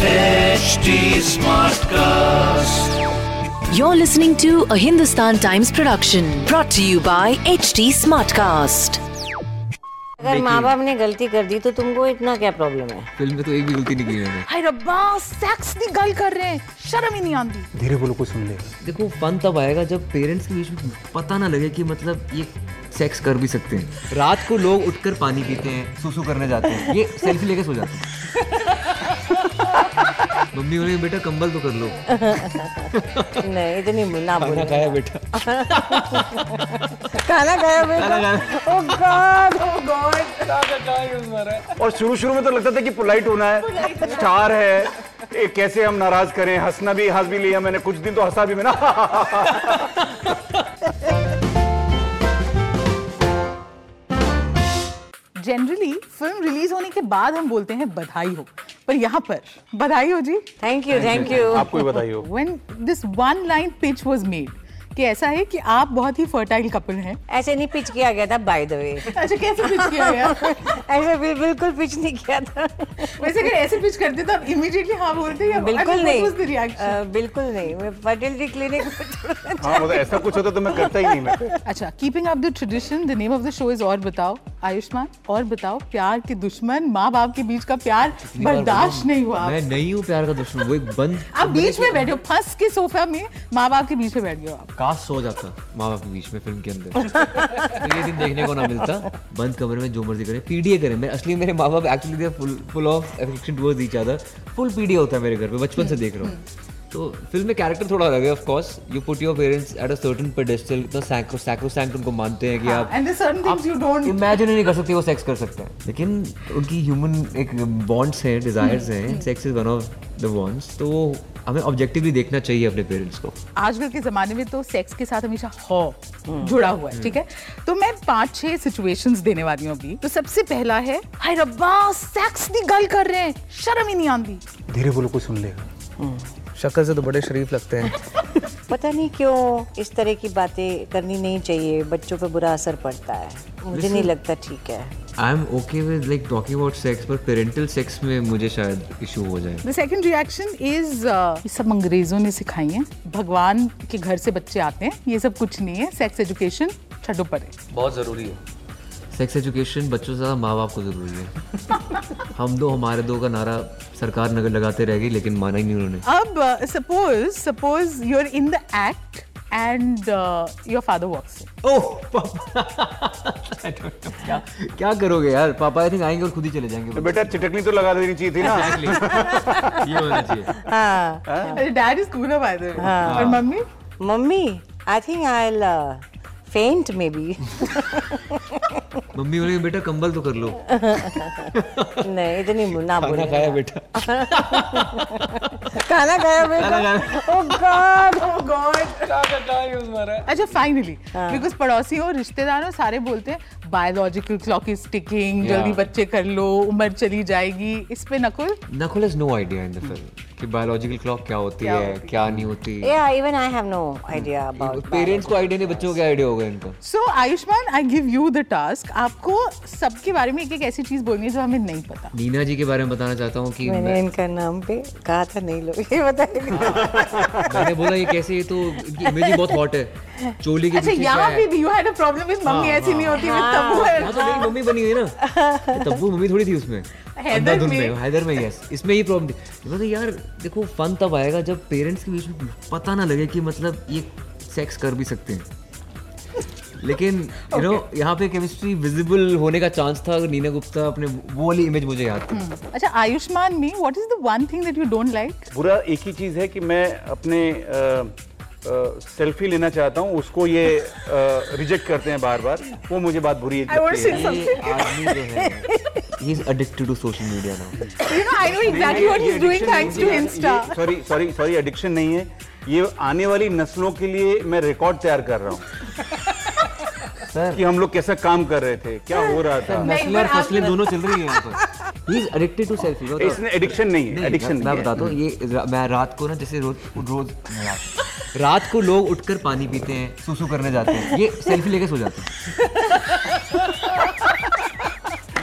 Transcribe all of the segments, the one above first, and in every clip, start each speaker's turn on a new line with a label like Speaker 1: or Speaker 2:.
Speaker 1: HD Smartcast.
Speaker 2: You're listening to a Hindustan Times production brought to you by HT Smartcast.
Speaker 3: अगर माँ बाप ने गलती कर दी तो तुमको इतना क्या प्रॉब्लम है
Speaker 4: फिल्म में तो एक भी गलती नहीं की मैंने
Speaker 5: हाय रब्बा सेक्स की गल कर रहे हैं शर्म ही नहीं आती
Speaker 6: धीरे बोलो कोई सुन लेगा
Speaker 4: देखो फन तब आएगा जब पेरेंट्स के बीच में पता ना लगे कि मतलब ये सेक्स कर भी सकते हैं रात को लोग उठकर पानी पीते हैं सुसु करने जाते हैं ये सेल्फी लेके सो जाते हैं मम्मी बोले बेटा कंबल तो कर लो
Speaker 3: नहीं इतनी ना बोलो
Speaker 4: खाया बेटा
Speaker 3: खाना खाया बेटा ओ गॉड ओ गॉड
Speaker 6: और शुरू शुरू में तो लगता था कि पोलाइट होना है स्टार है ए, कैसे हम नाराज करें हंसना भी हंस भी लिया मैंने कुछ दिन तो हंसा भी मैंने
Speaker 5: जनरली फिल्म रिलीज होने के बाद हम बोलते हैं बधाई हो पर यहाँ पर बधाई हो जी
Speaker 3: थैंक यू थैंक यू
Speaker 6: आपको ही बताइए हो
Speaker 5: when this one line pitch was made कि ऐसा है कि आप बहुत ही फर्टाइल कपल हैं
Speaker 3: ऐसे नहीं पिच किया गया था बाय द वे
Speaker 5: अच्छा कैसे पिच किया गया
Speaker 3: ऐसे भी बिल्कुल पिच नहीं किया था
Speaker 5: वैसे अगर ऐसे पिच करते तो आप इमीडिएटली हाँ बोलते या
Speaker 3: बिल्कुल नहीं
Speaker 5: रिएक्शन
Speaker 3: अ, बिल्कुल नहीं मैं फर्टिलिटी क्लिनिक
Speaker 6: हाँ मतलब ऐसा कुछ होता तो मैं करता ही नहीं मैं
Speaker 5: अच्छा keeping up the tradition the name of the show is और बताओ आयुष्मान और बताओ प्यार के दुश्मन माँ बाप के बीच का प्यार बर्दाश्त नहीं हुआ
Speaker 4: मैं नहीं हूँ प्यार का दुश्मन वो एक बंद
Speaker 5: आप बीच में बैठे हो फंस के सोफा में माँ बाप के बीच में बैठ गए हो आप
Speaker 4: काश सो जाता माँ बाप के बीच में फिल्म के अंदर तो ये दिन देखने को ना मिलता बंद कमरे में जो मर्जी करे पीडीए करें मैं असली मेरे माँ बाप actually full full of affection towards each other full PDA होता है मेरे घर पे बचपन से देख रहा हूँ तो फिल्म में कैरेक्टर थोड़ा अलग है of course you put your parents at a certain pedestal इतना सैक्रो सैक्रो सैंक्ट उनको मानते हैं कि आप
Speaker 5: and certain things you don't
Speaker 4: imagine ही नहीं कर सकते वो सेक्स कर सकते हैं लेकिन उनकी ह्यूमन एक बॉन्ड्स हैं डिजायर्स हैं sex is one of the bonds तो वो हमें ऑब्जेक्टिवली देखना चाहिए अपने पेरेंट्स को
Speaker 5: आजकल के जमाने में तो सेक्स के साथ हमेशा हॉ जुड़ा हुआ है ठीक है तो मैं पांच छह सिचुएशंस देने वाली हूँ अभी तो सबसे पहला है हाय रब्बा सेक्स की गल कर रहे हैं शर्म ही नहीं आती
Speaker 6: धीरे बोलो कोई सुन लेगा
Speaker 4: शक्ल से तो बड़े शरीफ लगते हैं
Speaker 3: पता नहीं क्यों इस तरह की बातें करनी नहीं चाहिए बच्चों पे बुरा असर पड़ता है मुझे नहीं लगता ठीक है
Speaker 4: I am okay with like talking about sex पर पेरेंटल सेक्स में मुझे शायद इशू हो जाए
Speaker 5: the second reaction is uh, सब अंग्रेजों ने सिखाई है भगवान के घर से बच्चे आते हैं ये सब कुछ नहीं है सेक्स एजुकेशन छठो परे
Speaker 7: बहुत ज़रूरी है
Speaker 4: सेक्स एजुकेशन बच्चों से ज़्यादा माँ बाप को ज़रूरी है हम दो हमारे दो का नारा सरकार नगर लगाते रह गई लेकिन माना ही नहीं उन्होंने
Speaker 5: अब uh, suppose suppose you are in the act and your father walks
Speaker 4: oh पापा I don't know, क्या क्या करोगे यार पापा आई थिंक आएंगे और खुद ही चले जाएंगे
Speaker 6: तो बेटा चिटकनी तो लगा देनी चाहिए थी ना
Speaker 4: Exactly. ये होना चाहिए
Speaker 3: हाँ
Speaker 5: dad is cool by the way और mummy
Speaker 3: mummy I think I uh, faint may be
Speaker 4: mummy बोले बेटा कंबल तो कर लो
Speaker 3: नहीं इतनी ना
Speaker 4: खाना
Speaker 3: बोलो
Speaker 4: खाया बेटा
Speaker 3: खाना खाया बेटा ओ गॉड
Speaker 5: Oh God. अच्छा फाइनली बिकॉज पड़ोसियों रिश्तेदारों सारे बोलते हैं biological clock is ticking
Speaker 4: Yeah.
Speaker 5: जल्दी बच्चे कर लो उम्र चली जाएगी इस पे Nakul
Speaker 4: Nakul has no idea in the film कि बायोलॉजिकल क्लॉक क्या होती
Speaker 5: क्या
Speaker 4: है
Speaker 5: होती
Speaker 4: क्या नहीं होती
Speaker 3: Yeah, even I have no idea about
Speaker 4: parents को आइडिया नहीं बच्चों को क्या आइडिया होगा इनका
Speaker 5: so Ayushmann I give you the task आपको सबके बारे में एक एक ऐसी चीज बोलनी है जो हमें नहीं पता
Speaker 4: नीना जी के बारे में बताना चाहता हूँ कि
Speaker 3: मैंने
Speaker 4: मैं-
Speaker 3: इनका नाम पे कहा था नहीं लोग ये बताएगा
Speaker 4: मैंने बोला ये कैसे ये तो इनकी इमेज ही बहुत हॉट है चोली के
Speaker 5: अच्छा
Speaker 4: पीछे
Speaker 5: यहाँ
Speaker 4: क्या
Speaker 5: पे
Speaker 4: है?
Speaker 5: भी you had a problem with mummy ऐसी नहीं होती विद तब्बू
Speaker 4: यहाँ
Speaker 5: है
Speaker 4: तो मेरी मम्मी बनी हुई है ना ये तब्बू मम्मी थोड़ी थी उसमें अंधाधुन में हैदर में यस इसमें ये प्रॉब्लम थी मतलब यार देखो फन तब आएगा जब पेरेंट्स के बीच में पता ना लगे कि मतलब ये सेक्स कर भी सकते हैं लेकिन यू नो यहाँ पे केमिस्ट्री विजिबल होने का चांस था अगर नीना गुप्ता अपने वो वाली इमेज मुझे याद थी
Speaker 5: अच्छा आयुष्मान में what is the one thing that you don't like
Speaker 6: बुरा एक ही चीज है कि मैं अपने सेल्फी लेना चाहता हूँ उसको ये रिजेक्ट करते हैं बार बार वो मुझे बात बुरी
Speaker 5: I want to
Speaker 6: लगती है
Speaker 5: say
Speaker 4: ये आदमी जो है ही is addicted to social media now
Speaker 5: You know, I know exactly what he's doing thanks to Insta.
Speaker 6: Sorry sorry sorry addiction नहीं है ये आने वाली नस्लों के लिए मैं रिकॉर्ड तैयार कर रहा हूँ
Speaker 4: सर
Speaker 6: कि हम लोग कैसा काम कर रहे थे क्या हो रहा था
Speaker 4: नस्लें और फसलें दोनों चल रही हैं यहाँ पर ही इज एडिक्टेड टू सेल्फी
Speaker 6: इसमें एडिक्शन नहीं है
Speaker 4: एडिक्शन
Speaker 6: एडिक्शन
Speaker 4: मैं बता दूं ये रा- मैं रात को ना जैसे रोज रोज रात- रात को लोग उठकर पानी पीते हैं सुसु करने जाते हैं ये सेल्फी लेके सो जाते हैं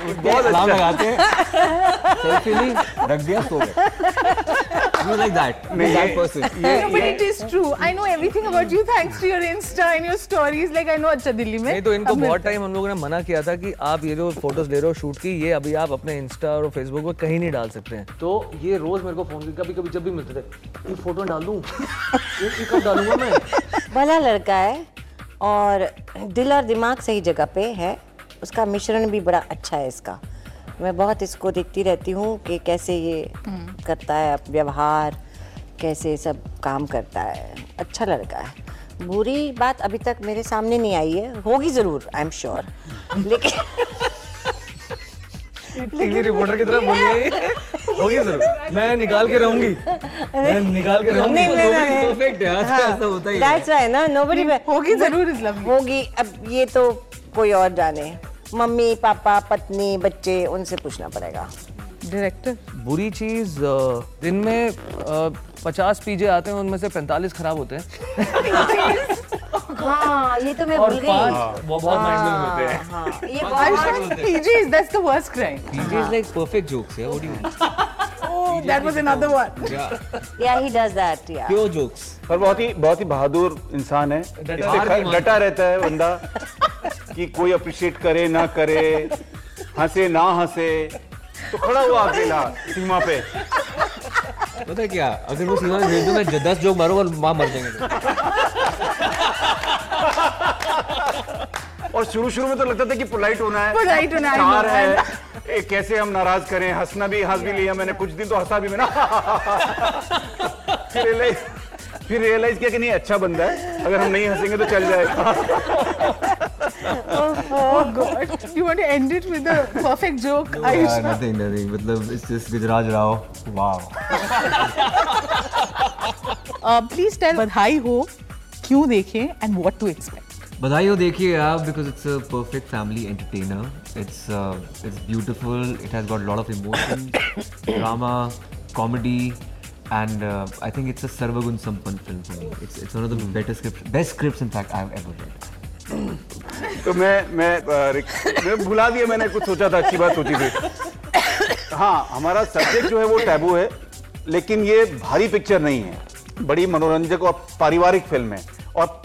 Speaker 6: बहुत
Speaker 4: अलार्म
Speaker 6: अच्छा
Speaker 4: लगाते हैं सेल्फी नहीं रख दिया सो गए यू लाइक दैट
Speaker 6: नहीं,
Speaker 4: दैट
Speaker 6: ये-
Speaker 4: पर्सन
Speaker 6: ये-
Speaker 5: No, but it is true. I know everything about you thanks to your Insta and your stories. Like I know अच्छा दिल्ली में
Speaker 7: नहीं तो इनको
Speaker 5: अब
Speaker 7: बहुत
Speaker 5: मिलते हैं।
Speaker 7: टाइम हम लोगों ने मना किया था कि आप ये जो फोटोज ले रहे हो शूट की ये अभी आप अपने इंस्टा और फेसबुक पर कहीं नहीं डाल सकते हैं तो ये रोज मेरे को फोन कभी कभी जब भी मिलते थे ये फोटो डाल दूं ये ये कब डालूंगा मैं
Speaker 3: भला लड़का है और दिल और दिमाग सही जगह पे है उसका मिश्रण भी बड़ा अच्छा है इसका मैं बहुत इसको देखती रहती हूँ कि कैसे ये करता है अप- व्यवहार कैसे सब काम करता है अच्छा लड़का है बुरी बात अभी तक मेरे सामने नहीं आई है होगी ज़रूर आई एम श्योर लेकिन
Speaker 7: टीवी रिपोर्टर की तरह बोल रही है होगी जरूर मैं निकाल के रहूंगी मैं निकाल के रहूंगी तो
Speaker 3: नहीं, नहीं, नहीं।
Speaker 4: परफेक्ट है आजकल ऐसा होता ही है
Speaker 3: That's why ना nobody
Speaker 5: होगी जरूर इस लव में।
Speaker 3: होगी अब ये तो कोई और जाने मम्मी पापा पत्नी बच्चे उनसे पूछना पड़ेगा
Speaker 5: Director.
Speaker 7: बुरी चीज अ, दिन में पचास पीजे आते हैं उनमें से पैंतालीस खराब होते हैं
Speaker 3: हाँ ये तो मैं
Speaker 7: और
Speaker 3: भूल गई
Speaker 7: पांच वो बहुत माइंडफुल होते हैं
Speaker 3: हाँ, ये
Speaker 5: I
Speaker 3: बहुत
Speaker 5: should PGs. That's the worst crime.
Speaker 4: PJ is like perfect jokes है what do you
Speaker 5: Oh, that was another one.
Speaker 3: yeah he does that yeah
Speaker 4: pure jokes
Speaker 6: पर बहुत ही बहुत ही बहादुर इंसान है इससे
Speaker 4: हार
Speaker 6: ख-
Speaker 4: नहीं मानता।
Speaker 6: डटा रहता है बंदा कि कोई अप्रिशिएट करे ना करे हंसे ना हंसे तो खड़ा हुआ अकेला सीमा पे
Speaker 4: पता है क्या अगर वो सीमा में भेज दूं मैं दस जोक मारूंगा और मां मर जाएंगे
Speaker 6: और शुरू शुरू में तो लगता था कि पोलाइट होना है
Speaker 5: Polite होना है,
Speaker 6: स्टार
Speaker 5: I know,
Speaker 6: है ए, कैसे हम नाराज करें हंसना भी हंस भी लिया मैंने कुछ दिन तो हंसा भी मैंने फिर रियलाइज फिर रियलाइज किया कि नहीं अच्छा बंदा है अगर हम नहीं हंसेंगे तो चल जाएगा
Speaker 5: Oh God. You want to end it with a perfect joke?
Speaker 4: Yeah, Uh,
Speaker 5: Ayush.
Speaker 4: nothing, nothing. मतलब it's just Gujaraj Rao. Wow.
Speaker 5: Uh, please tell बधाई हो, क्यों देखें and what to expect.
Speaker 4: बधाई हो देखिए आप because it's a perfect family entertainer. It's uh, it's beautiful. It has got a lot of emotion, drama, comedy. And uh, I think it's a Sarvagun Sampan film for me. It's, it's one of the better scripts, best scripts in fact I've ever read.
Speaker 6: तो मैं मैं अ, रिक- मैं भुला दिया मैंने कुछ सोचा था अच्छी बात सोची थी हाँ हमारा सब्जेक्ट जो है वो टैबू है लेकिन ये भारी पिक्चर नहीं है बड़ी मनोरंजक और पारिवारिक फिल्म है और